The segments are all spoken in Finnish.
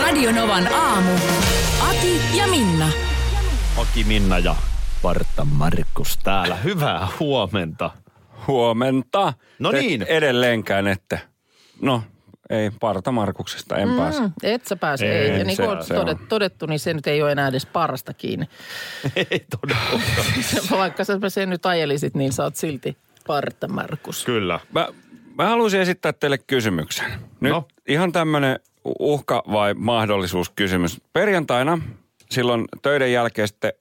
Radionovan aamu. Ati ja Minna. Aki Minna ja Parta Markus täällä. Hyvää huomenta. Huomenta. No Et niin. Edelleenkään, että no ei parta Markuksesta, en mm. pääse. Mm, et sä pääse. Ei, Ei, ja niin se- kuin on se todet, on. todettu, niin se nyt ei ole enää edes parasta kiinni. Ei todellakaan. Vaikka sä sen nyt ajelisit, niin sä oot silti parta, Markus. Kyllä. Mä, mä haluaisin esittää teille kysymyksen. Nyt No. no. ihan tämmöinen uhka- vai mahdollisuuskysymys. Perjantaina silloin töiden jälkeen sitten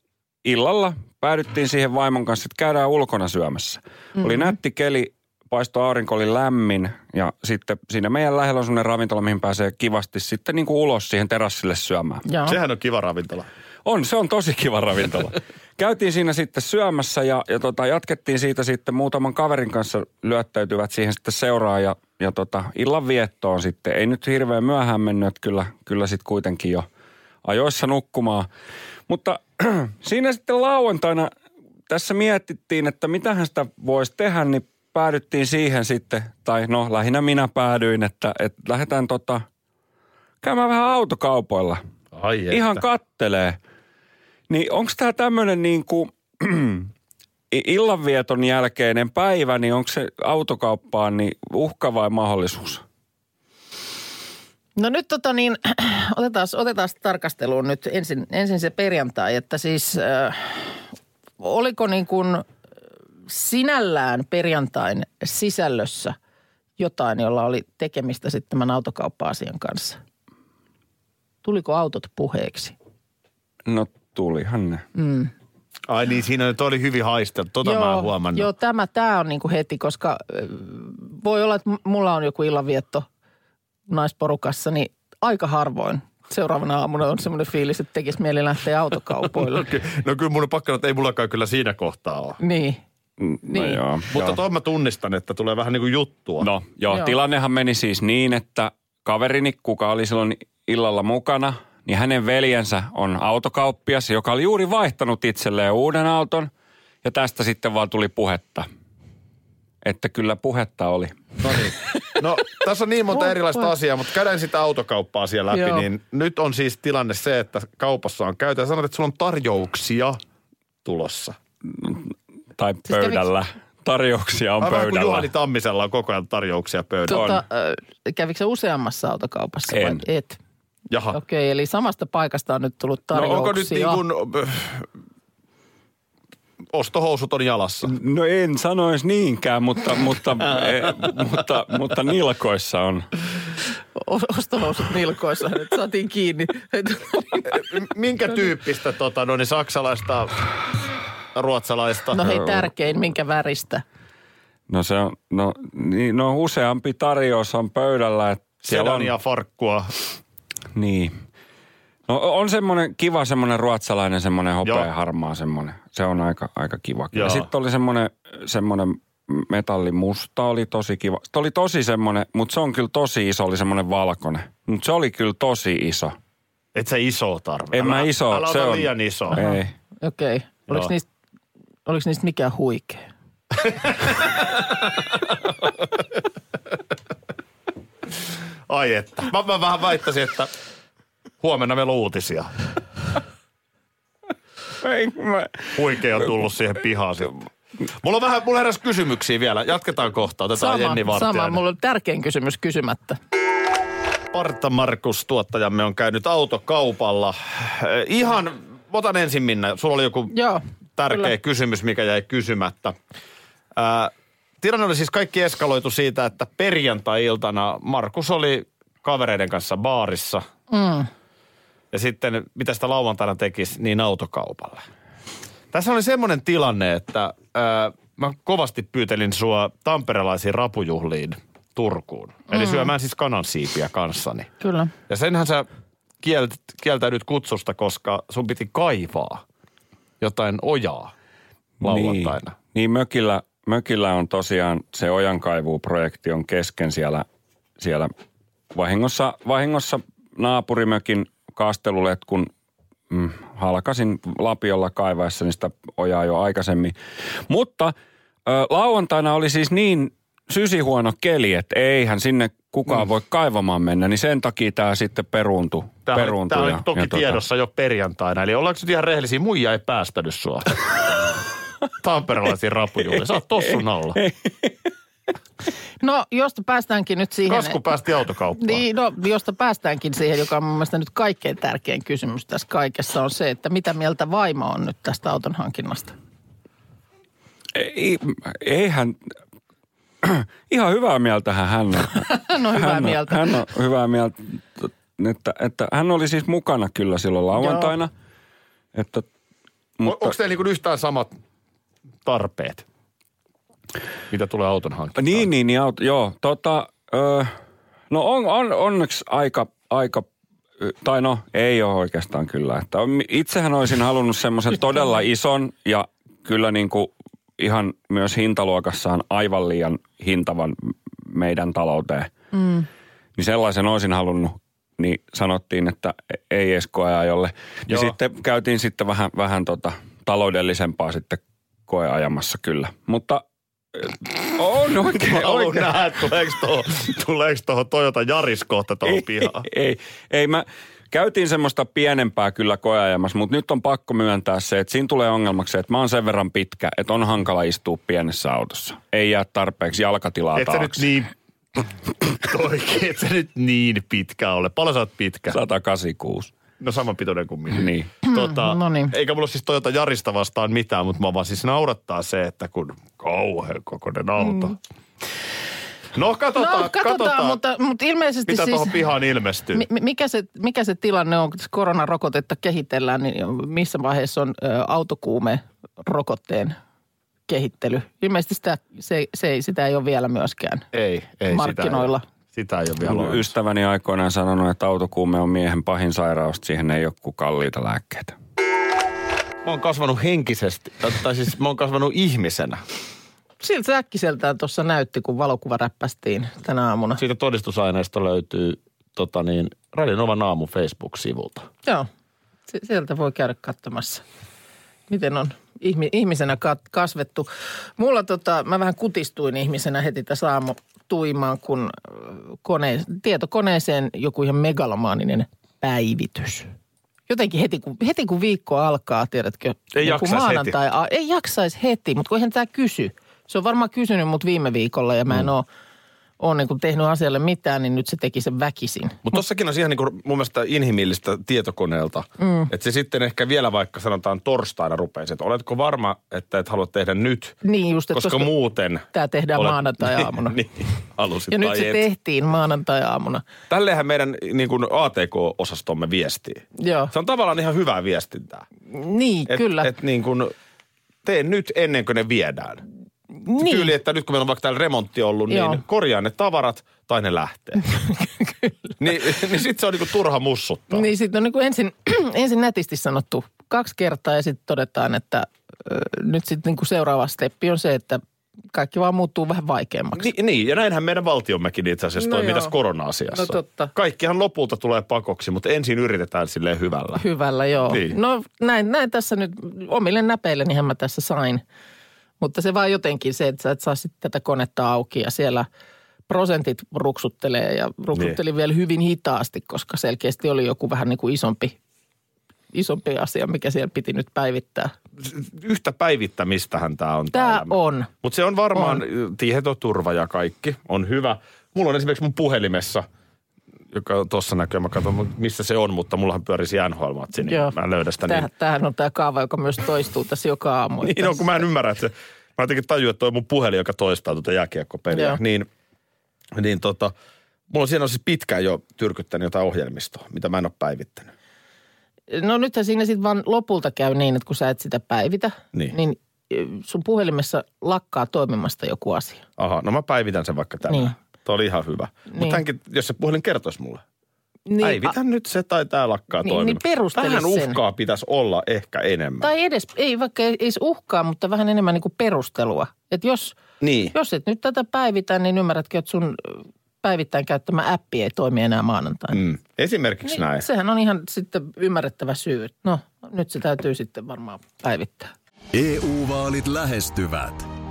illalla päädyttiin siihen vaimon kanssa, että käydään ulkona syömässä. Mm-hmm. Oli nätti keli, paisto aurinko oli lämmin ja sitten siinä meidän lähellä on semmoinen ravintola, mihin pääsee kivasti sitten niin kuin ulos siihen terassille syömään. Joo. Sehän on kiva ravintola. On, se on tosi kiva ravintola. Käytiin siinä sitten syömässä ja, ja tota, jatkettiin siitä sitten muutaman kaverin kanssa lyöttäytyvät siihen sitten seuraan ja, ja tota, illan viettoon sitten. Ei nyt hirveän myöhään mennyt, että kyllä, kyllä sitten kuitenkin jo ajoissa nukkumaan. Mutta siinä sitten lauantaina tässä mietittiin, että mitähän sitä voisi tehdä, niin päädyttiin siihen sitten, tai no lähinnä minä päädyin, että, että lähdetään tota, käymään vähän autokaupoilla – Ai ihan kattelee. Niin onko tämä tämmöinen niin kuin i- illanvieton jälkeinen päivä, niin onko se autokauppaan niin uhka vai mahdollisuus? No nyt tota niin, otetaan, otetaan tarkasteluun nyt ensin, ensin se perjantai, että siis äh, oliko niin kuin sinällään perjantain sisällössä jotain, jolla oli tekemistä sitten tämän autokauppa-asian kanssa? Tuliko autot puheeksi? No tulihan ne. Mm. Ai niin, siinä nyt oli hyvin haisteltu. Tota joo, mä oon huomannut. Joo, Joo. tämä, tämä on niinku heti, koska ö, voi olla, että m- mulla on joku illanvietto naisporukassa, niin aika harvoin seuraavana aamuna on semmoinen fiilis, että tekisi mieli lähteä autokaupoille. No kyllä mun on pakko sanoa, että ei mullakaan kyllä siinä kohtaa ole. niin. No Niin. joo. Mutta joo. tuon mä tunnistan, että tulee vähän niin kuin juttua. No joo, Joo. joo, tilannehan meni siis niin, että kaverini, kuka oli silloin illalla mukana, niin hänen veljensä on autokauppias, joka oli juuri vaihtanut itselleen uuden auton. Ja tästä sitten vaan tuli puhetta. Että kyllä puhetta oli. No, niin. no tässä on niin monta erilaista asiaa, mutta käydään sitä autokauppaa siellä läpi. Joo. Niin nyt on siis tilanne se, että kaupassa on käytä ja sanot, että sulla on tarjouksia tulossa. tai pöydällä. Tarjouksia on Aivan kuin pöydällä. Juhani Tammisella on koko ajan tarjouksia pöydällä. Tota, ö, kävikö se useammassa autokaupassa En. vai et? Jaha. Okei, eli samasta paikasta on nyt tullut No tarjouksia. onko nyt niin kuin... äh, Ostohousut on jalassa. No en sanoisi niinkään, mutta, mutta, eh, mutta, mutta nilkoissa on. O- Ostohousut nilkoissa, nyt saatiin kiinni. Minkä tyyppistä tota, no niin saksalaista, ruotsalaista? No hei, tärkein, minkä väristä? No se on, no, niin, no useampi tarjous on pöydällä. Että siellä on, Sedania, farkkua. niin. No on semmoinen kiva semmoinen ruotsalainen semmoinen hopea Joo. harmaa semmoinen. Se on aika, aika kiva. Ja Joo. sitten oli semmoinen, semmoinen metallimusta oli tosi kiva. Sitten oli tosi semmoinen, mutta se on kyllä tosi iso, oli semmoinen valkoinen. Mutta se oli kyllä tosi iso. Et sä iso tarve. En mä iso, Älä se ota on- liian iso. Ei. Okei, oliko Joo. niistä, oliko niistä mikään huikea? Ai että. Mä, mä vähän väittäisin, että huomenna meillä on uutisia. Ei, mä, Huikea on tullut siihen pihaan sitten. Mulla on vähän, mulla heräsi kysymyksiä vielä. Jatketaan kohta. Otetaan Jenni Sama, Vartiainen. sama. Mulla on tärkein kysymys kysymättä. Parta Markus, tuottajamme, on käynyt autokaupalla. Äh, Ihan, otan ensin Minna. Sulla oli joku Joo, tärkeä kyllä. kysymys, mikä jäi kysymättä. Ää, tilanne oli siis kaikki eskaloitu siitä, että perjantai-iltana Markus oli kavereiden kanssa baarissa. Mm. Ja sitten, mitä sitä lauantaina tekisi, niin autokaupalla. Tässä oli semmoinen äh, tilanne, että ää, mä kovasti pyytelin sua tamperelaisiin rapujuhliin Turkuun. Mm. Eli syömään siis kanansiipiä kanssani. Kyllä. Ja senhän sä kielt, kieltäydyt kutsusta, koska sun piti kaivaa jotain ojaa lauantaina. Niin, niin mökillä, mökillä on tosiaan se ojankaivuuprojekti on kesken siellä, siellä vahingossa, vahingossa naapurimökin kasteluletkun mm, halkasin lapiolla kaivaessani sitä ojaa jo aikaisemmin. Mutta ö, lauantaina oli siis niin sysihuono keli, että eihän sinne kukaan mm. voi kaivamaan mennä, niin sen takia tämä sitten peruuntui. Tämä, oli, peruuntui tämä oli ja- toki ja ja tota- tiedossa jo perjantaina. Eli ollaanko nyt ihan rehellisiä? Muija ei päästänyt sua. Tamperelaisiin rappujuhliin. Sä oot tossun alla. No, josta päästäänkin nyt siihen... Kasku päästi autokauppaan. Niin, no, josta päästäänkin siihen, joka on mun mielestä nyt kaikkein tärkein kysymys tässä kaikessa, on se, että mitä mieltä vaimo on nyt tästä auton hankinnasta? Ei, eihän, ihan hyvää mieltähän hän on. Hän on hyvää hän, on- mieltä. Hän on hyvää mieltä, että, että hän oli siis mukana kyllä silloin lauantaina. Että, Mutta... Onko teillä niin yhtään samat tarpeet, mitä tulee auton hankintaan? niin, niin, niin, auto, joo. Tota, ö, no on, on, onneksi aika, aika, ö, tai no ei ole oikeastaan kyllä. Että on- itsehän olisin halunnut semmoisen todella ison ja kyllä niin kuin ihan myös hintaluokassaan aivan liian hintavan meidän talouteen. niin sellaisen olisin halunnut, niin sanottiin, että e-, ei Esko ajajalle. Niin Joo. sitten käytiin sitten vähän, vähän tota, taloudellisempaa sitten koeajamassa kyllä. Mutta äh, on Mä oikein, haluan oikein. nähdä, että tuleeko tuohon, tuleeko tuohon Toyota Jaris kohta tuohon pihaan. Ei, ei mä, käytiin semmoista pienempää kyllä koeajamassa, mutta nyt on pakko myöntää se, että siinä tulee ongelmaksi se, että mä oon sen verran pitkä, että on hankala istua pienessä autossa. Ei jää tarpeeksi jalkatilaa Et sä nyt taakse. niin, oikein, et sä nyt niin pitkä ole. Paljon sä oot pitkä? 186. No saman pitoinen kuin minä. Niin. Tota, no niin. Eikä mulla siis Toyota Jarista vastaan mitään, mutta mä vaan siis naurattaa se, että kun kauhean kokoinen auto. Mm. No No, katsotaan, katsotaan, katsotaan mutta, mutta ilmeisesti mitä siis... tuohon pihaan ilmestyy. Mi- mi- mikä, se, mikä se tilanne on, kun tässä koronarokotetta kehitellään, niin missä vaiheessa on ö, autokuume rokotteen kehittely? Ilmeisesti sitä, se, se, ei- sitä ei ole vielä myöskään. Ei, ei Markkinoilla. Sitä ei, sitä ei ole vielä olemassa. Ystäväni aikoinaan sanonut, että autokuume on miehen pahin sairaus, siihen ei ole kuin kalliita lääkkeitä. Mä oon kasvanut henkisesti, tai- tai siis mä oon kasvanut ihmisenä. Siltä se äkkiseltään tuossa näytti, kun valokuva räppästiin tänä aamuna. Siitä todistusaineisto löytyy tota niin, Radio Novan aamu Facebook-sivulta. Joo, se- sieltä voi käydä katsomassa, miten on ihmi- ihmisenä kat- kasvettu. Mulla tota, mä vähän kutistuin ihmisenä heti tässä aamu tuimaan, kun äh, kone, tietokoneeseen joku ihan megalomaaninen päivitys. Jotenkin heti kun, heti kun viikko alkaa, tiedätkö, Ei kun jaksaisi heti. maanantai, a, ei jaksaisi heti, mutta kun eihän tämä kysy. Se on varmaan kysynyt mut viime viikolla ja mä Mm. en oo ole niin tehnyt asialle mitään, niin nyt se teki sen väkisin. Mutta tossakin on ihan niin kuin mun mielestä inhimillistä tietokoneelta. Mm. Että se sitten ehkä vielä vaikka sanotaan torstaina rupeisi, että oletko varma, että et halua tehdä nyt, Niin just, että koska, koska muuten... Tämä tehdään maanantai-aamuna. niin, halusit Ja nyt tai se et. tehtiin maanantai-aamuna. Tälleenhän meidän niin kuin ATK-osastomme viestii. Joo. Se on tavallaan ihan hyvää viestintää. Niin, Et, kyllä. Et niin kuin, tee nyt ennen kuin ne viedään. niin. tyyli, että nyt kun meillä on vaikka täällä remontti ollut, niin Joo. korjaa ne tavarat tai ne lähtee. Ni, niin sit se on niinku turha mussuttaa. Niin sitten on niin kuin ensin, ensin nätisti sanottu kaksi kertaa ja sitten todetaan, että ö, nyt sitten niin seuraava steppi on se, että kaikki vaan muuttuu vähän vaikeammaksi. Ni, niin, ja näinhän meidän valtiommekin itse asiassa No toimii joo. tässä korona-asiassa. No totta. Kaikkihan lopulta tulee pakoksi, mutta ensin yritetään silleen hyvällä. Hyvällä, joo. Niin. No näin, näin tässä nyt, omille näpeille niinhän mä tässä sain. Mutta se vaan jotenkin se, että sä et saa sitten tätä konetta auki ja siellä prosentit ruksuttelee ja ruksutteli Niin. vielä hyvin hitaasti, koska selkeästi oli joku vähän niin kuin isompi, isompi asia, mikä siellä piti nyt päivittää. Yhtä päivittämistähän tämä on. Tämä on. Mutta se on varmaan on. tietoturva ja kaikki on hyvä. Mulla on esimerkiksi mun puhelimessa, joka tuossa näkyy, mä katson missä se on, mutta mullahan pyörisi NHL-matsi, niin Joo. mä en löydä sitä. Täh, niin tämähän on tämä kaava, joka myös toistuu tässä joka aamu. Niin on, kun mä en ymmärrä, että se, mä jotenkin tajun, että toi on mun puhelin, joka toistaa tuota jääkiekkopeliä. Joo. Niin, niin tota, mulla on siinä on siis pitkään jo tyrkyttänyt jotain ohjelmistoa, mitä mä en ole päivittänyt. No nythän siinä sitten vaan lopulta käy niin, että kun sä et sitä päivitä, Niin. niin ö, sun puhelimessa lakkaa toimimasta joku asia. Aha, no mä päivitän sen vaikka tänään. Niin. Niin. Tuo oli ihan hyvä. Niin. Niin. Mutta hänkin, jos se puhelin kertoisi mulle. Niin, Niin, Ei, mitä nyt se tai tämä lakkaa Niin- toimimaan. niin perustele Vähän sen. uhkaa pitäisi olla ehkä enemmän. Tai edes, ei vaikka ei edes uhkaa, mutta vähän enemmän niin kuin perustelua. Että jos, Niin. jos et nyt tätä päivitä, niin ymmärrätkö, että sun ö, päivittäin käyttämä appi ei toimi enää maanantaina. Mm. Esimerkiksi niin, näin. Se... Sehän on ihan sitten ymmärrettävä syy. että No, nyt se täytyy sitten varmaan päivittää. EU-vaalit E lähestyvät.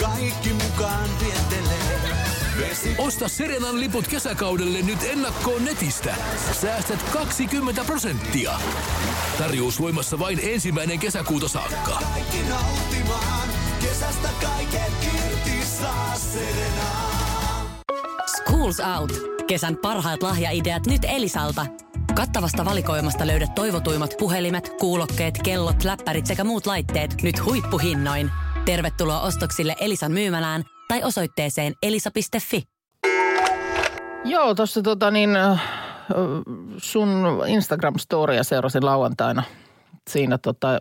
kaikki mukaan vientelee. Vesi... Osta Serenan liput kesäkaudelle nyt ennakkoon netistä. Säästät 20 prosenttia. Tarjous voimassa vain ensimmäinen kesäkuuta saakka. Kaikki nauttimaan, kesästä kaiken irti saa Serena. Schools Out. Kesän parhaat lahjaideat nyt Elisalta. Kattavasta valikoimasta löydät toivotuimmat puhelimet, kuulokkeet, kellot, läppärit sekä muut laitteet nyt huippuhinnoin. Tervetuloa ostoksille Elisan myymälään tai osoitteeseen elisa.fi. Joo, tuossa tota niin, äh, sun Instagram-storia seurasin lauantaina siinä tota,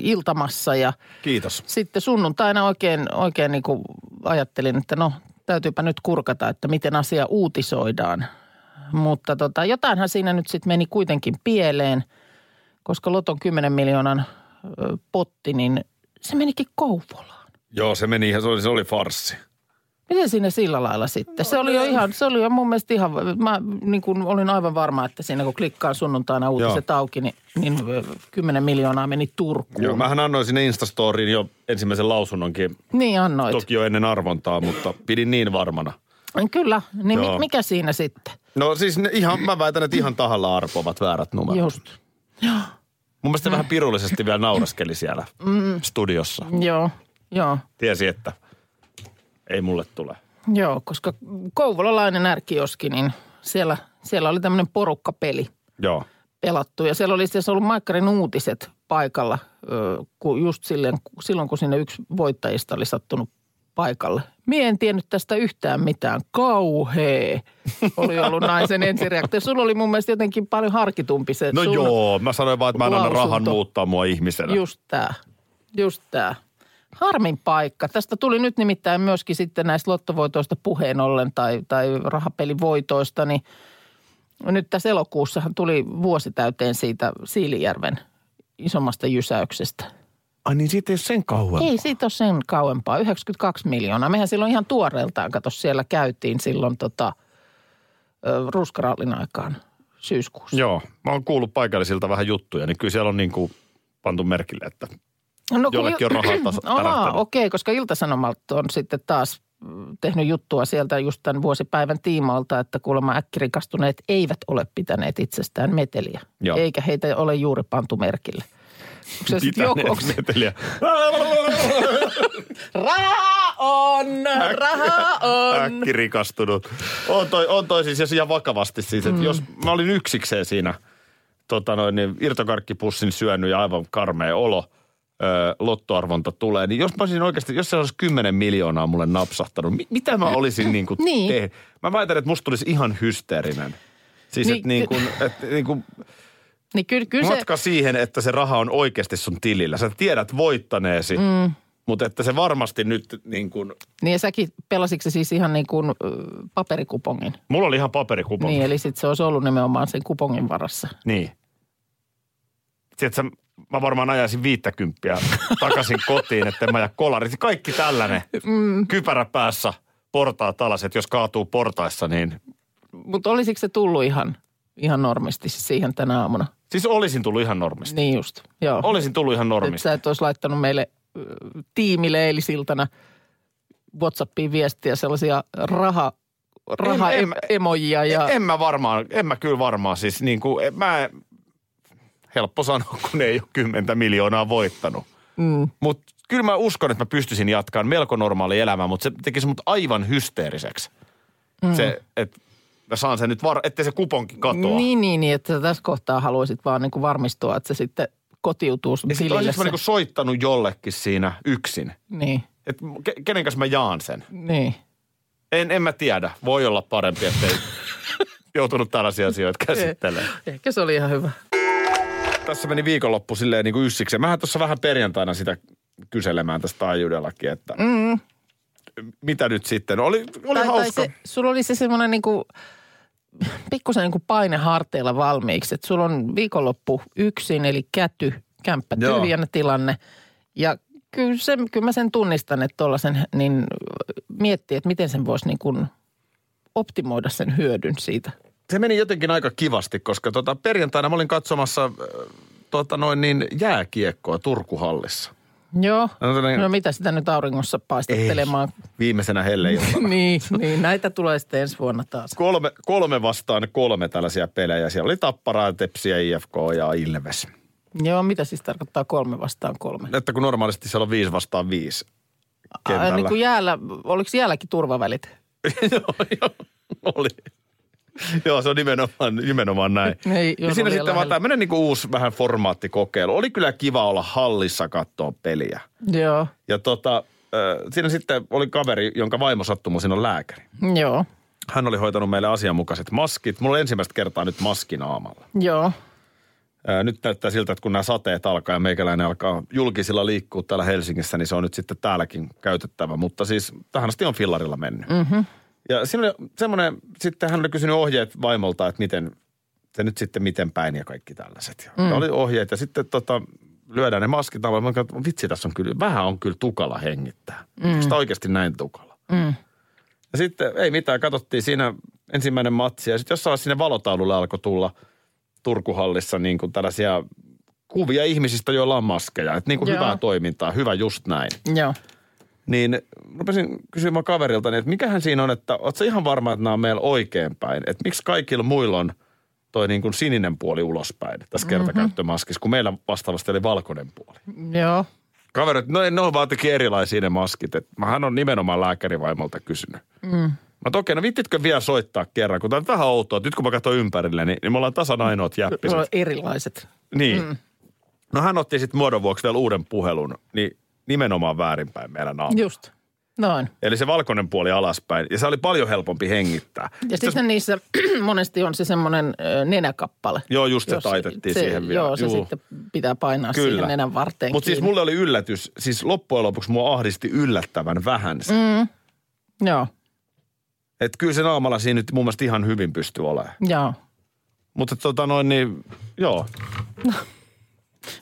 iltamassa ja Kiitos. sitten sunnuntaina oikein, oikein niin kuin ajattelin, että no täytyypä nyt kurkata, että miten asia uutisoidaan. Mutta tota, jotainhan siinä nyt sitten meni kuitenkin pieleen, koska Loton 10 miljoonan ö, potti, niin se menikin Kouvolaan. Joo, se meni ihan, se oli, se oli farsi. Miten siinä sillä lailla sitten? Se oli jo ihan, se oli jo mun mielestä ihan, mä niin kuin olin aivan varma, että siinä kun klikkaan sunnuntaina uutiset auki, niin, niin ö, 10 miljoonaa meni Turkuun. Joo, mähän annoin sinne Instastoriin jo ensimmäisen lausunnonkin, Niin annoit. toki jo ennen arvontaa, mutta pidin niin varmana. Kyllä, niin mi- Joo. mikä siinä sitten? No siis ne ihan, mä väitän, että ihan tahalla arpovat väärät numerot. Joo. Just. Mm. Mun mielestä vähän pirullisesti vielä nauraskeli siellä mm. studiossa. Joo, joo, Tiesi, että ei mulle tule. joo, koska kouvolalainen närkioski, niin siellä, siellä oli tämmöinen porukkapeli Joo. pelattu. Ja siellä oli itse asiassa ollut Maikkarin uutiset paikalla, ö, kun just silleen, silloin kun sinne yksi voittajista oli sattunut paikalle. Mie en tiennyt tästä yhtään mitään. Kauhee oli ollut naisen ensireaktio. Sulla oli mun mielestä jotenkin paljon harkitumpi se No sun joo, mä sanoin vaan, että mä en anna rahan lausunto. muuttaa mua ihmisenä. Just tää, just tää. Harmin paikka. Tästä tuli nyt nimittäin myöskin sitten näistä lottovoitoista puheen ollen tai, tai rahapelivoitoista, niin nyt tässä elokuussahan tuli vuosi täyteen siitä Siilijärven isommasta jysäyksestä. Ai niin siitä ei ole sen kauan. Ei siitä ole sen kauempaa, 92 miljoonaa. Mehän silloin ihan tuoreeltaan, kato siellä käytiin silloin tota, ö, ruskarallin aikaan syyskuussa. Joo, mä oon kuullut paikallisilta vähän juttuja, niin kyllä siellä on niin kuin pantu merkille, että No, Jollekin on rahaa tas- Ahaa, tärähtänyt. okei, koska Iltasanomat on sitten taas mm, tehnyt juttua sieltä just tämän vuosipäivän tiimoilta, että kuulemma äkkirikastuneet eivät ole pitäneet itsestään meteliä. Joo. Eikä heitä ole juuri pantu merkille. Onko se sitten joku, onko se- pitäneet meteliä. rahaa on, rahaa on. Äkki rikastunut. On toi, on toi siis, ja ihan vakavasti siis, että mm. jos mä olin yksikseen siinä tota noin, niin irtokarkkipussin syönyt ja aivan karmea olo, öö, lottoarvonta tulee, niin jos mä olisin oikeasti, jos se olisi 10 miljoonaa mulle napsahtanut, mi- mitä mä olisin niin kuin Niin. tehnyt? Mä väitän, että musta tulisi ihan hysteerinen. Siis niin, Niin, että niin kuin, et, niin kuin Niin kyllä, kyllä se, matka siihen, että se raha on oikeasti sun tilillä. Sä tiedät voittaneesi, mm. mutta että se varmasti nyt niin kuin, niin ja säkin pelasitko siis ihan niin kuin ö, paperikupongin? mulla oli ihan paperikuponki. Niin, eli sitten se olisi ollut nimenomaan sen kupongin varassa. Niin. Tiedätkö, mä varmaan ajaisin viittäkymppiä takaisin kotiin, että mä ja kolarit. Kaikki tällainen. Mm. Kypärä päässä, portaat alas, että jos kaatuu portaissa, niin... Mutta olisiko se tullut ihan, ihan normisti siihen tänä aamuna? Siis olisin tullut ihan normista. Niin just, joo. Olisin tullut ihan Että normista. sä et olisi laittanut meille ö, tiimille eilisiltana Whatsappiin viestiä sellaisia raha, raha en em, mä- emojia ja... Ja... En mä varmaan, en mä kyllä varmaan siis niin kuin, en mä, helppo sanoa, kun ei ole kymmentä miljoonaa voittanut. Mm. Mutta kyllä mä uskon, että mä pystyisin jatkaan melko normaali elämää, mutta se tekisi mut aivan hysteeriseksi. Mm. Se, että mä saan sen nyt, var- ettei se kuponki katoa. Niin, niin, niin, että tässä kohtaa haluaisit vaan niin kuin varmistua, että se sitten kotiutuu sun Ja sitten tilille. olisinko Se. mä niinku soittanut jollekin siinä yksin. Niin, Et ke- kenen kanssa mä jaan sen? niin. En, en mä tiedä. Voi olla parempi, ettei joutunut tällaisia asioita käsittelemään. Ehkä se oli ihan hyvä. Tässä meni viikonloppu silleen niin kuin yssikseen. Mähän tuossa vähän perjantaina sitä kyselemään tästä taajuudellakin, että mm. mitä nyt sitten. Oli, oli tai, hauska. se, sulla oli se semmoinen niinku, pikkusen niinku paine harteilla valmiiksi, että sulla on viikonloppu yksin, eli käty, kämppä Joo. tyhjänä tilanne. Ja kyllä, se, kyllä mä sen tunnistan, että tuollaisen, niin miettii, että miten sen voisi niinku optimoida sen hyödyn siitä. se meni jotenkin aika kivasti, koska tota, perjantaina mä olin katsomassa äh, tota, noin niin jääkiekkoa Turkuhallissa. Joo. No, tällainen- No mitä sitä nyt auringossa paistattelemaan? Viimeisenä helleiltana. niin, niin, näitä tulee sitten ensi vuonna taas. kolme, kolme vastaan kolme tällaisia pelejä. Siellä oli Tapparaa, Tepsiä, IFK ja Ilves. Joo, mitä siis tarkoittaa kolme vastaan kolme? Että kun normaalisti siellä on viisi vastaan viisi Ai, No, kentällä. niin kuin jäällä, oliko jäälläkin turvavälit? oli. Joo, se on nimenomaan, nimenomaan näin. Ne ei- joo, ja ne siinä oli sitten vaan lähellä. tämmöinen niin uusi vähän formaattikokeilu. Oli kyllä kiva olla hallissa katsoa peliä. Joo, Ja tota, äh, siinä sitten oli kaveri, jonka vaimo sattumaisin on lääkäri. joo, Hän oli hoitanut meille asianmukaiset maskit. Mulla on ensimmäistä kertaa nyt maski naamalla. joo. Ää, Nyt näyttää siltä, että kun nämä sateet alkaa ja meikäläinen alkaa julkisilla liikkuu täällä Helsingissä, niin se on nyt sitten täälläkin käytettävä. Mutta siis tähän asti on fillarilla mennyt. Mm-hmm. Ja siinä oli semmoinen, sitten hän oli kysynyt ohjeet vaimolta, että miten, se nyt sitten miten päin ja kaikki tällaiset. Mm. Ja oli ohjeet ja sitten tota, lyödään ne maskit alle. Mä katsoin, vitsi tässä on kyllä, vähän on kyllä tukala hengittää. Mm. Onko sitä oikeasti näin tukala? Mm. Ja sitten ei mitään, katsottiin siinä ensimmäinen matsi ja sitten jossain vaiheessa sinne valotaululle alkoi tulla – Turkuhallissa niin kuin tällaisia kuvia ihmisistä, joilla on maskeja. Että niin kuin Joo. hyvää toimintaa, hyvä just näin. Joo. Niin rupesin kysymään kaverilta, niin, että mikähän siinä on, että ootko ihan varma, että nämä on meillä oikein päin? Että miksi kaikilla muilla on toi niin kuin sininen puoli ulospäin tässä kertakäyttömaskissa, kun meillä vastaavasti oli valkoinen puoli. Joo. Kaverit, no ei, ne on vaan jotenkin erilaisia ne maskit. Et mähän on nimenomaan lääkärivaimolta kysynyt. Mm. Mä toki, no vittitkö vielä soittaa kerran, kun tää on vähän outoa, että nyt kun mä katson ympärille, niin, niin me ollaan tasan ainoat jäppiset. Sulla on erilaiset. Niin. Mm. No hän otti sitten muodon vuoksi vielä uuden puhelun, niin nimenomaan väärinpäin meillä naama. Just. Noin. Eli se valkoinen puoli alaspäin, ja se oli paljon helpompi hengittää. Ja Sitten sitten niissä monesti on se semmoinen ö, nenäkappale. Joo, just se Jos- taitettiin siihen vielä. Joo, se Juu. sitten pitää painaa Kyllä. siihen nenän varteen Mutta siis kiinni. mulle oli yllätys, siis loppujen lopuksi mua ahdisti yllättävän vähän se. Mm. Joo, Että kyllä se naamalla siinä nyt mun mielestä ihan hyvin pystyy olemaan. joo. Mutta tota noin niin, joo.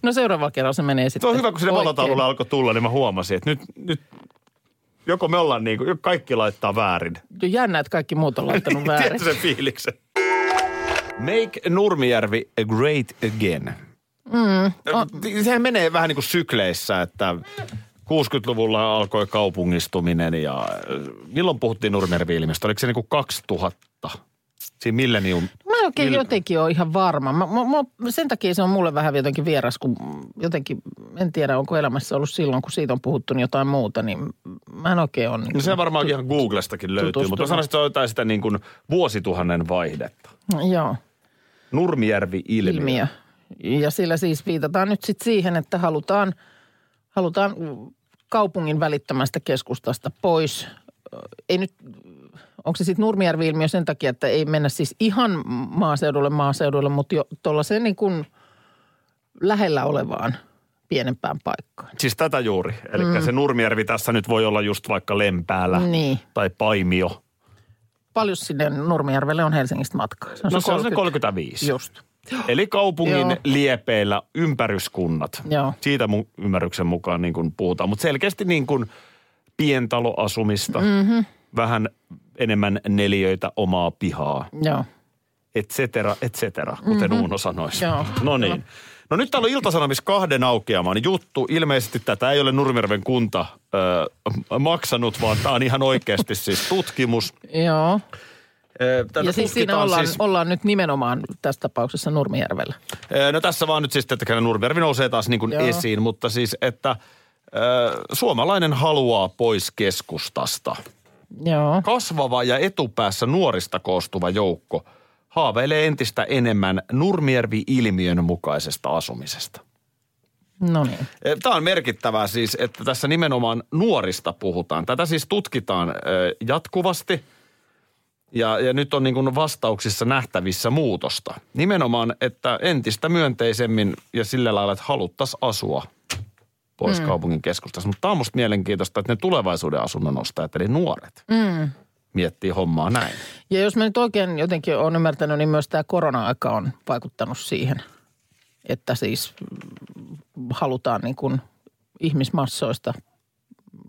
No seuraava kerralla se menee sitten Se on hyvä, kun sinne oikein. valotaululle alkoi tulla, niin mä huomasin, että nyt, nyt joko me ollaan niin kuin, kaikki laittaa väärin. Jo Jännä, että kaikki muut on laittanut väärin. Tiedätkö sen fiiliksen? Make Nurmijärvi a great again. Mm, on. Sehän menee vähän niin kuin sykleissä, että 60-luvulla alkoi kaupungistuminen ja äh, milloin puhuttiin Nurmijärvi ilmiöstä? Oliko se niin kuin 2000? Siinä millennium. Mä en oikein jotenkin ole ihan varma. Mä, mä, mä, sen takia se on mulle vähän jotenkin vieras, kun jotenkin, en tiedä onko elämässä ollut silloin, kun siitä on puhuttu niin jotain muuta, niin mä en oikein ole. niin No se varmaan ihan Googlestakin löytyy, mutta mä tutustunut. sanoisin, että se on jotain sitä niin kuin vuosituhannen vaihdetta. Joo, Nurmijärvi-ilmiö. ilmiö. Ja sillä siis viitataan nyt sitten siihen, että halutaan, halutaan kaupungin välittömästä keskustasta pois. Ö, Ei nyt, onko se sitten Nurmijärvi-ilmiö sen takia, että ei mennä siis ihan maaseudulle maaseudulle, mutta jo tuollaiseen niin kuin lähellä olevaan pienempään paikkaan. Siis tätä juuri. Eli mm. se Nurmijärvi tässä nyt voi olla just vaikka Lempäälä Niin. tai Paimio. Paljon sinne Nurmijärvelle on Helsingistä matkaa? No se on se 35. Just. Eli kaupungin Joo. Joo. liepeillä ympäryskunnat. Joo. Siitä mun ymmärryksen mukaan niin kuin puhutaan. Mutta selkeästi niin kuin pientaloasumista, mm-hmm. vähän enemmän neliöitä omaa pihaa, Joo. et cetera, et cetera, kuten mm-hmm. Uuno sanoisi. Joo. No niin. No nyt täällä on Iltasanomis kahden aukeamaan juttu. Ilmeisesti tätä ei ole Nurmijärven kunta ö, maksanut, vaan tämä on ihan oikeasti siis tutkimus. Joo. Ö, tätä ja siis siinä tutkitaan ollaan, siis... ollaan nyt nimenomaan tässä tapauksessa Nurmijärvellä. Öö, No tässä vaan nyt siis, että Nurmijärvi nousee taas niin kuin Joo. esiin, öö, mutta siis, että ö, suomalainen haluaa pois keskustasta. Joo. Kasvava ja etupäässä nuorista koostuva joukko haaveilee entistä enemmän Nurmijärvi-ilmiön mukaisesta asumisesta. No niin. Tämä Eh, on merkittävää siis, että tässä nimenomaan nuorista puhutaan. Tätä siis tutkitaan ö, jatkuvasti ja, ja nyt on niin kuin vastauksissa nähtävissä muutosta. Nimenomaan, että entistä myönteisemmin ja sillä lailla, että haluttaisiin asua pois mm. kaupungin keskustassa. Mutta tämä on musta mielenkiintoista, että ne tulevaisuuden asunnon ostajat, eli nuoret, mm. miettii hommaa näin. Ja jos mä nyt oikein jotenkin olen ymmärtänyt, niin myös tämä korona-aika on vaikuttanut siihen, että siis mm, halutaan niin kuin ihmismassoista,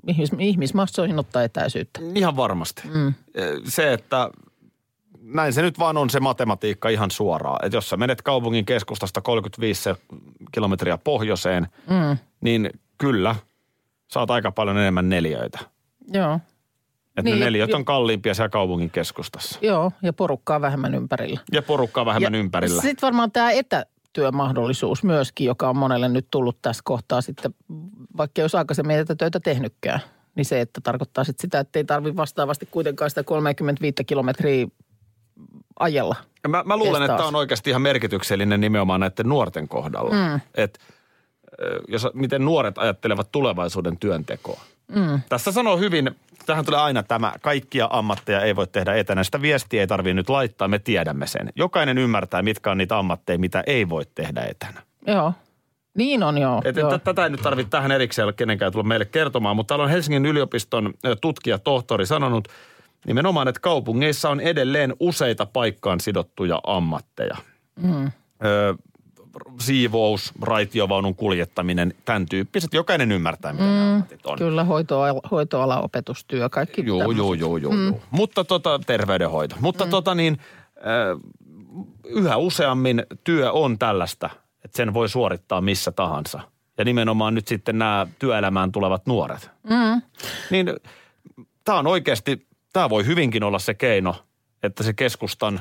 ihmis, ihmismassoihin ottaa etäisyyttä. Ihan varmasti. Mm. Se, että näin se nyt vaan on se matematiikka ihan suoraan. Että jos sä menet kaupungin keskustasta 35 se- kilometriä pohjoiseen, mm. niin kyllä saat aika paljon enemmän neljöitä. Joo, Että Niin, niin, ja- ne neljöt ja- on kalliimpia siellä kaupungin keskustassa. joo, ja porukkaa vähemmän ympärillä. Ja porukkaa vähemmän Ja ympärillä. Sitten varmaan tämä etätyömahdollisuus myöskin, joka on monelle nyt tullut tässä kohtaa sitten, vaikka ei olisi aikaisemmin etätöitä tehnytkään, niin se, että tarkoittaa sitten sitä, että ei tarvitse vastaavasti kuitenkaan sitä 35 kilometriä ajella. Ja Mä, mä luulen, Testaus. että tämä on oikeasti ihan merkityksellinen nimenomaan näiden nuorten kohdalla. Mm. Et, ö, jos, miten nuoret ajattelevat tulevaisuuden työntekoa. Mm. Tässä sanoo hyvin, tähän tulee aina tämä, kaikkia ammatteja ei voi tehdä etänä. Sitä viestiä ei tarvitse nyt laittaa, me tiedämme sen. Jokainen ymmärtää, mitkä on niitä ammatteja, mitä ei voi tehdä etänä. Joo. Niin on joo. Et, joo. et, tätä ei nyt tarvitse tähän erikseen ole kenenkään tulla meille kertomaan, mutta täällä on Helsingin yliopiston ö, tutkija tohtori sanonut nimenomaan, että kaupungeissa on edelleen useita paikkaan sidottuja ammatteja. Mm. Ö, siivous, raitiovaunun kuljettaminen, tämän tyyppiset. Jokainen ymmärtää, mitä mm. nämä ammatit on. Kyllä hoitoala, hoitoala, opetustyö, kaikki Joo, tämmöset. joo, joo, joo, mm. joo. Mutta tota, terveydenhoito. Mutta mm. tota niin, äh, yhä useammin työ on tällaista, että sen voi suorittaa missä tahansa. Ja nimenomaan nyt sitten nämä työelämään tulevat nuoret. Mm. Niin tämä on oikeasti, tämä voi hyvinkin olla se keino, että se keskustan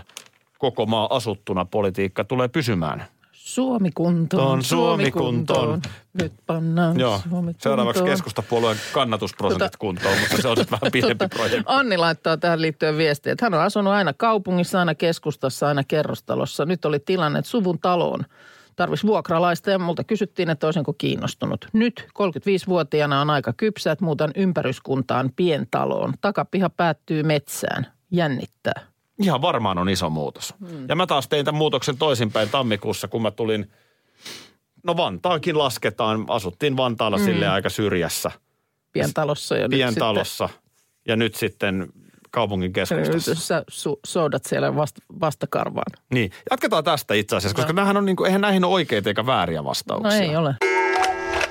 koko maa asuttuna politiikka tulee pysymään. Suomi kuntoon, Ton Suomi kuntoon. Nyt pannaan Joo, Suomi seuraavaksi kuntoon. keskustapuolueen kannatusprosentit Tota- kuntoon, mutta se on sitten vähän pidempi projekti. Anni laittaa tähän liittyen viestiä, että hän on asunut aina kaupungissa, aina keskustassa, aina kerrostalossa. Nyt oli tilanne, että suvun taloon tarvisi vuokralaista ja multa kysyttiin, että olisinko kiinnostunut. Nyt 35-vuotiaana on aika kypsä, että muutan ympäryskuntaan pientaloon. Takapiha päättyy metsään. Jännittää. Ihan varmaan on iso muutos. Mm. Hmm. Ja mä taas tein tämän muutoksen toisinpäin tammikuussa, kun mä tulin, no Vantaakin lasketaan, asuttiin Vantaalla Mm. hmm. sille aika syrjässä, Pientalossa ja pientalossa ja nyt sitten kaupungin nyt sitten keskustassa. sä su- soudat siellä vast- vastakarvaan. Niin, jatketaan tästä itse asiassa, koska no. nämähän on, niin kuin, eihän näihin ole oikeita eikä vääriä No vastauksia. ei ole.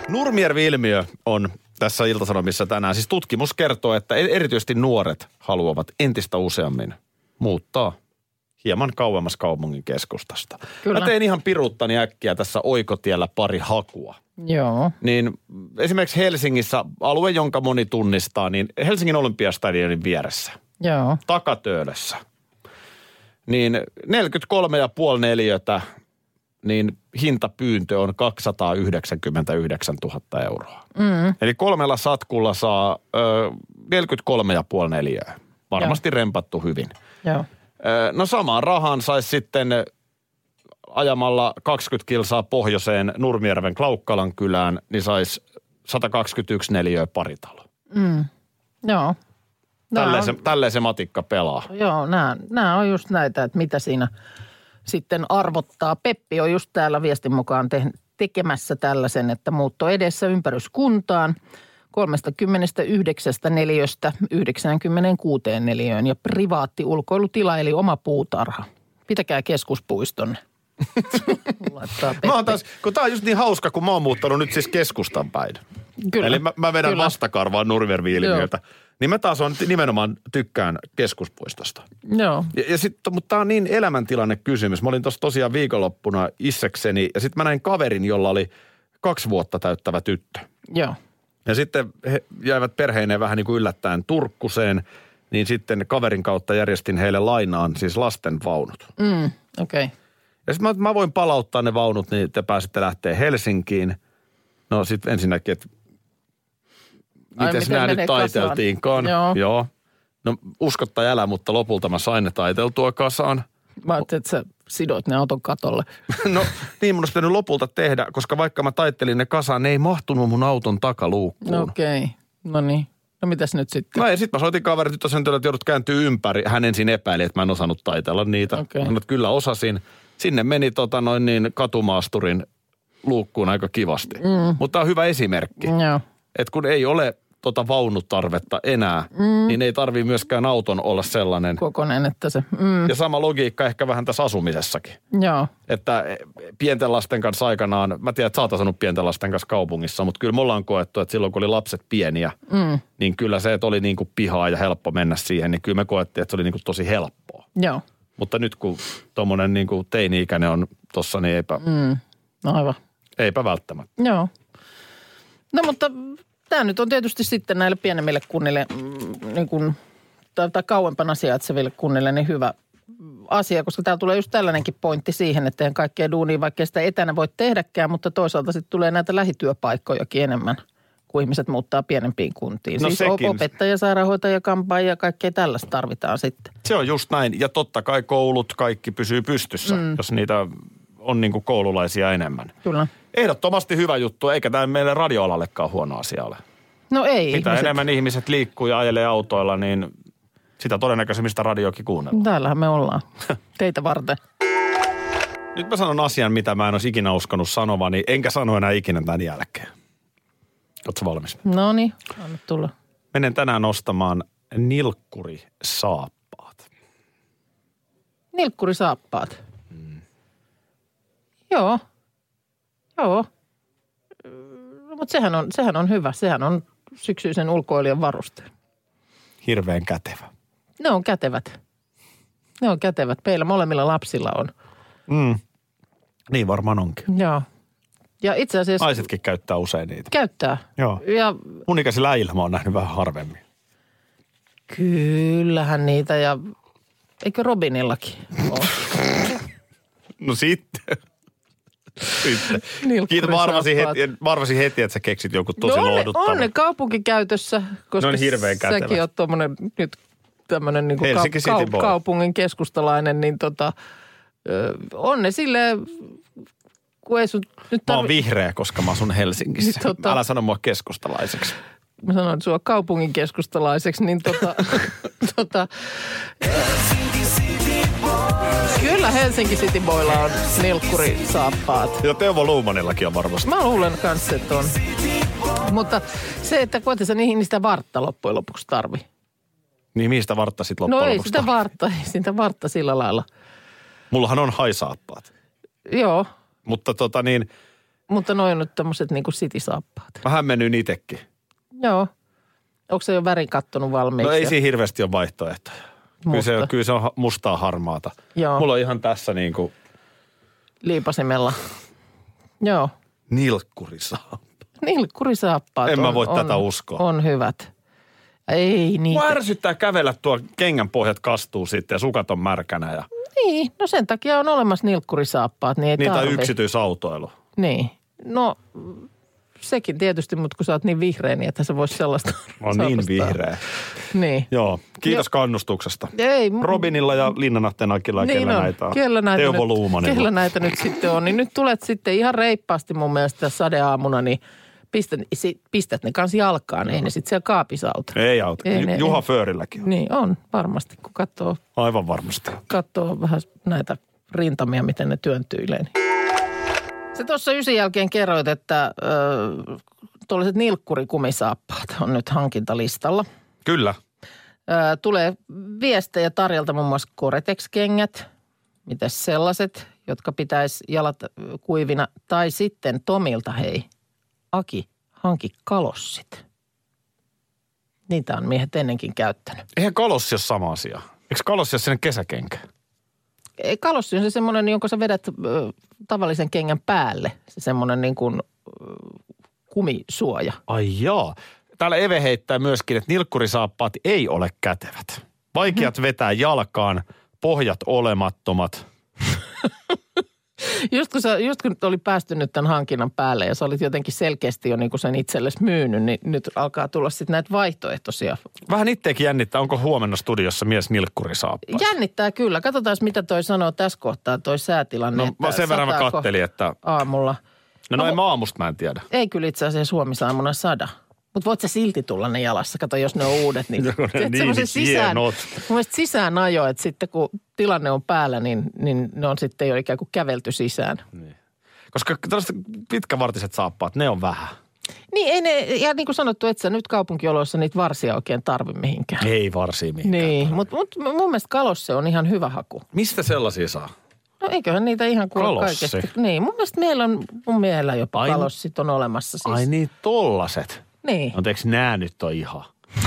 Nurmijärvi-ilmiö on tässä Iltasanomissa tänään. Siis tutkimus kertoo, että e- erityisesti nuoret haluavat entistä useammin muuttaa hieman kauemmas kaupungin keskustasta. Kyllä. Mä tein ihan piruuttani äkkiä tässä oikotiellä pari hakua. Joo. Niin esimerkiksi Helsingissä alue, jonka moni tunnistaa, niin Helsingin olympiastadionin vieressä, Joo. takatöölössä, niin 43,5 neliötä, niin hintapyyntö on 299 000 euroa. Mm. Eli kolmella satkulla saa ö, 43,5 neliöä. Varmasti Joo. rempattu hyvin. Joo. Ö, no samaan rahaan saisi sitten ajamalla 20 kilsaa pohjoiseen Nurmijärven Klaukkalan kylään, niin saisi 121 neliöä paritalo. Joo. Nää Tälleen on- se, tälleen se matikka pelaa. Joo, nämä, nämä on just näitä, että mitä siinä sitten arvottaa. Peppi on just täällä viestin mukaan te, tekemässä tällaisen, että muutto edessä ympäryskuntaan 39 neliöstä 96 neliöön ja privaatti ulkoilutila eli oma puutarha. Pitäkää keskuspuiston. Laittaa Mä Peppi. oon taas, kun tää on just niin hauska, kun mä oon muuttanut nyt siis keskustan päin. Kyllä. Eli mä, mä vedän Kyllä. Kyllä. vastakarvaa Nurmijärvi-ilmiötä. Niin mä taas on nimenomaan tykkään keskuspuistosta. Joo, Ja, ja sit, mutta tämä on niin elämäntilanne kysymys. Mä olin tuossa tosiaan viikonloppuna issekseni ja sitten mä näin kaverin, jolla oli kaksi vuotta täyttävä tyttö. joo. Ja sitten he jäivät perheineen vähän niin kuin yllättäen Turkkuseen, niin sitten kaverin kautta järjestin heille lainaan siis lasten vaunut. Mm, okei. Okay. Ja sitten mä, mä voin palauttaa ne vaunut, niin te pääsette lähteä Helsinkiin. No sitten ensinnäkin, että Ai, mites miten nämä menee nyt taiteltiinkaan. kasaan? Joo. Joo. No usko tai älä, mutta lopulta mä sain ne taiteltua kasaan. Mä ajattelin, että sä sidoit ne auton katolle. No niin mun olisi pitänyt lopulta tehdä, koska vaikka mä taittelin ne kasaan, ne ei mahtunut mun auton takaluukkuun. No okei, okay. no niin. No mitäs nyt sitten? No ei, sit mä soitin kaverit tyttösentölle, että joudut kääntyy ympäri. Hän ensin epäili, että mä en osannut taitella niitä. Okei. Okay. Sanoin, että kyllä osasin. Sinne meni tota noin niin katumaasturin luukkuun aika kivasti. Mm. Mutta tämä on hyvä esimerkki. Mm. Joo. Että kun ei ole tota vaunutarvetta enää, mm. niin ei tarvii myöskään auton olla sellainen. Kokonen, että se, mm, Ja sama logiikka ehkä vähän tässä asumisessakin. joo. Että pienten lasten kanssa aikanaan, mä tiedän, että sä oot asunut pienten lasten kanssa kaupungissa, mutta kyllä me ollaan koettu, että silloin kun oli lapset pieniä, mm. niin kyllä se, että oli niin kuin pihaa ja helppo mennä siihen, niin kyllä me koettiin, että se oli niin kuin tosi helppoa. Joo, Mutta nyt kun tuommoinen niin kuin teini-ikäinen on tossa, niin eipä, mm. no aivan. eipä välttämättä. Joo. No mutta tämä nyt on tietysti sitten näille pienemmille kunnille, mm, niin kuin, tai, tai kauempana sijaitseville kunnille, niin hyvä asia, koska täällä tulee just tällainenkin pointti siihen, että eihän kaikkea duunia, vaikkei sitä etänä voi tehdäkään, mutta toisaalta sitten tulee näitä lähityöpaikkojakin enemmän, kun ihmiset muuttaa pienempiin kuntiin. No siis sekin. opettaja, sairaanhoitaja, kampaajia ja kaikkea tällaista tarvitaan sitten. Se on just näin. Ja totta kai koulut kaikki pysyy pystyssä, mm. jos niitä on niin kuin koululaisia enemmän. Kyllä. Ehdottomasti hyvä juttu, eikä tämä meille radioalallekaan huono asia ole. No ei Mitä ihmiset. enemmän ihmiset liikkuu ja ajelee autoilla, niin sitä todennäköisemmin sitä radiokin kuunnellaan. Täällähän me ollaan. Teitä varten. Nyt mä sanon asian, mitä mä en olisi ikinä uskonut sanovani, enkä sano enää ikinä tämän jälkeen. Oletko valmis? No niin, anna tulla. Menen tänään ostamaan nilkkurisaappaat. Nilkkurisaappaat. Joo. Joo. Mutta sehän on, sehän on hyvä. Sehän on syksyisen ulkoilijan varuste. Hirveän kätevä. Ne on kätevät. Ne on kätevät. Meillä molemmilla lapsilla on. Niin varmaan onkin. Joo. Ja itse asiassa Naisetkin käyttää usein niitä. käyttää. Joo. Ja Mun ikäisillä äijillä mä oon nähnyt vähän harvemmin. kyllähän niitä ja eikö Robinillakin ole? No sitten. sitten. Kiitos, mä arvasin, Nilkkurisaappaat. heti, mä arvasin heti, että sä keksit joku tosi no on, ne- lohduttava. on ne kaupunkikäytössä, koska Ne on hirveän kätevät. säkin oot tommonen nyt tämmönen niin Helsinki kau- City kau- Boy. kaupungin keskustalainen, niin tota, ö, on ne silleen, kun ei sun nyt Mä oon tarvi, vihreä, koska mä asun Helsingissä. Niin, tota- Älä sano mua keskustalaiseksi. mä sanoin sua kaupungin keskustalaiseksi, niin tota, tota kyllä Helsinki City Boylla on nilkkurisaappaat. Ja Teuvo Luumanillakin on varmasti. Mä luulen kanssa, että on. Mutta se, että koetessa niihin niistä vartta loppujen lopuksi tarvii. Niin mistä vartta sit loppujen No ei lopuksi sitä tahtoo? vartta, ei sitä vartta sillä lailla. Mullahan on haisaappaat. Joo, Mutta tota niin, mutta noin on nyt tämmöiset niinku sitisaappaat. mä hämmennyin itekin. Joo. Onko se jo värin kattonut valmiiksi? No ei ja- siinä hirveästi ole vaihtoehtoja. Kyllä se, Musta. kyllä se on ha- mustaa harmaata. Joo. Mulla on ihan tässä niinku Liipasimella. Joo. nilkkurisaa. Niin. Nilkkurisaappaat En mä on- voi on, tätä uskoa. On hyvät. Ei niitä. Mua ärsyttää kävellä tuo kengän pohjat kastuu sitten ja sukat on märkänä ja Niin, no sen takia on olemassa nilkkurisaappaat, niin ei niitä on tarvi. yksityisautoilu. Niin. No, sekin tietysti, mutta kun sä oot niin vihreä, niin että sä vois sellaista... Mä oon niin sellaista- vihreä. Niin. Joo, kiitos kannustuksesta. Ei, mu- Robinilla ja Linnanahteenakilla ja kellä Niin on. näitä on. Kellä näitä Teuvo nyt, Luumanilla. kellä näitä nyt sitten on. Niin nyt tulet sitten ihan reippaasti mun mielestä sadeaamuna, niin pistät, si- pistät ne kanssa jalkaan, ei ne sitten siellä kaapisauta. Ei auta. Ei, Ju- ne- Juha ei. Föörilläkin on. Niin on, varmasti, kun katsoo, Aivan varmasti. katsoo vähän näitä rintamia, miten ne työntyilee. Niin. Se tuossa ysin jälkeen kerroit, että ö, tuollaiset nilkkurikumisaappaat on nyt hankintalistalla. Kyllä. Ö, tulee viestejä tarjolta muun muassa Koretex-kengät, mitäs sellaiset, jotka pitäisi jalat ö, kuivina. Tai sitten Tomilta, hei, Aki, hanki kalossit. Niitä on miehet ennenkin käyttänyt. Eihän kalossi ole sama asia. Eikö kalossi ole sinne kesäkenkä? Ei, E, kalossi on se semmoinen, jonka sä vedät ö, tavallisen kengän päälle. Se semmoinen niin kuin ö, kumisuoja. Ai joo. Täällä Eve heittää myöskin, että nilkkurisaappaat ei ole kätevät. Mm-hmm. Vaikeat vetää jalkaan, pohjat olemattomat. Just kun, sä, just kun oli päästy nyt tämän hankinnan päälle ja sä olit jotenkin selkeästi jo niin kuin sen itsellesi myynyt, niin nyt alkaa tulla sitten näitä vaihtoehtoisia. Vähän itteekin jännittää, onko huomenna studiossa mies nilkkurisaappaissa. Jännittää kyllä. Katsotaan, mitä toi sanoo tässä kohtaa, toi säätilanne. No että mä sen verran mä sataako kattelin, että Aamulla. no noin maamusta mä en tiedä. Ei kyllä itse asiassa huomisaamuna sada. Mutta voit sä silti tulla ne jalassa, kato jos ne on uudet. Niin, Joo, ne Tiedät, niin semmosen sisään, mun hienot. mielestä sisään ajo, että sitten kun tilanne on päällä, niin, niin ne on sitten jo ikään kuin kävelty sisään. Koska tällaiset pitkävartiset saappaat, ne on vähän. Niin ei ne, ja niin kuin sanottu, et sä nyt kaupunkioloissa niitä varsia oikein tarvi mihinkään. Ei varsin mihinkään. Niin, mutta mut, mun mielestä kalosse on ihan hyvä haku. Mistä sellaisia saa? No eiköhän niitä ihan kuule Kalossi. kaikesta. Niin, mun mielestä meillä on, mun mielestä jopa Ai- kalossit on olemassa siis. Ai niin, tollaset. Niin, Anteeksi, nää nyt on ihan.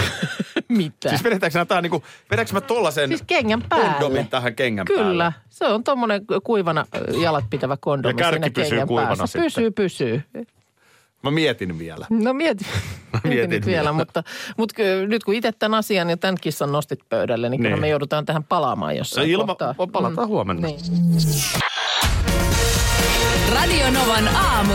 mitä? Siis vedetäänkö nämä tää niinku, vedätkö mä tollasen Siis kengän päälle. kondomin tähän kengän päälle? Kyllä, se on tuommoinen kuivana ö, jalat pitävä kondomi Ja kärki siinä pysyy kengän kuivana päässä. sitten. Pysyy, pysyy. Mä mietin vielä. No mieti, mieti nyt mietin. vielä, mutta, mutta ky- nyt kun itse tämän asian ja tämän kissan nostit pöydälle, niin, niin. Niin. me joudutaan tähän palaamaan jossain Ilma, kohtaa. palataan huomenna. Niin. Radio Novan aamu.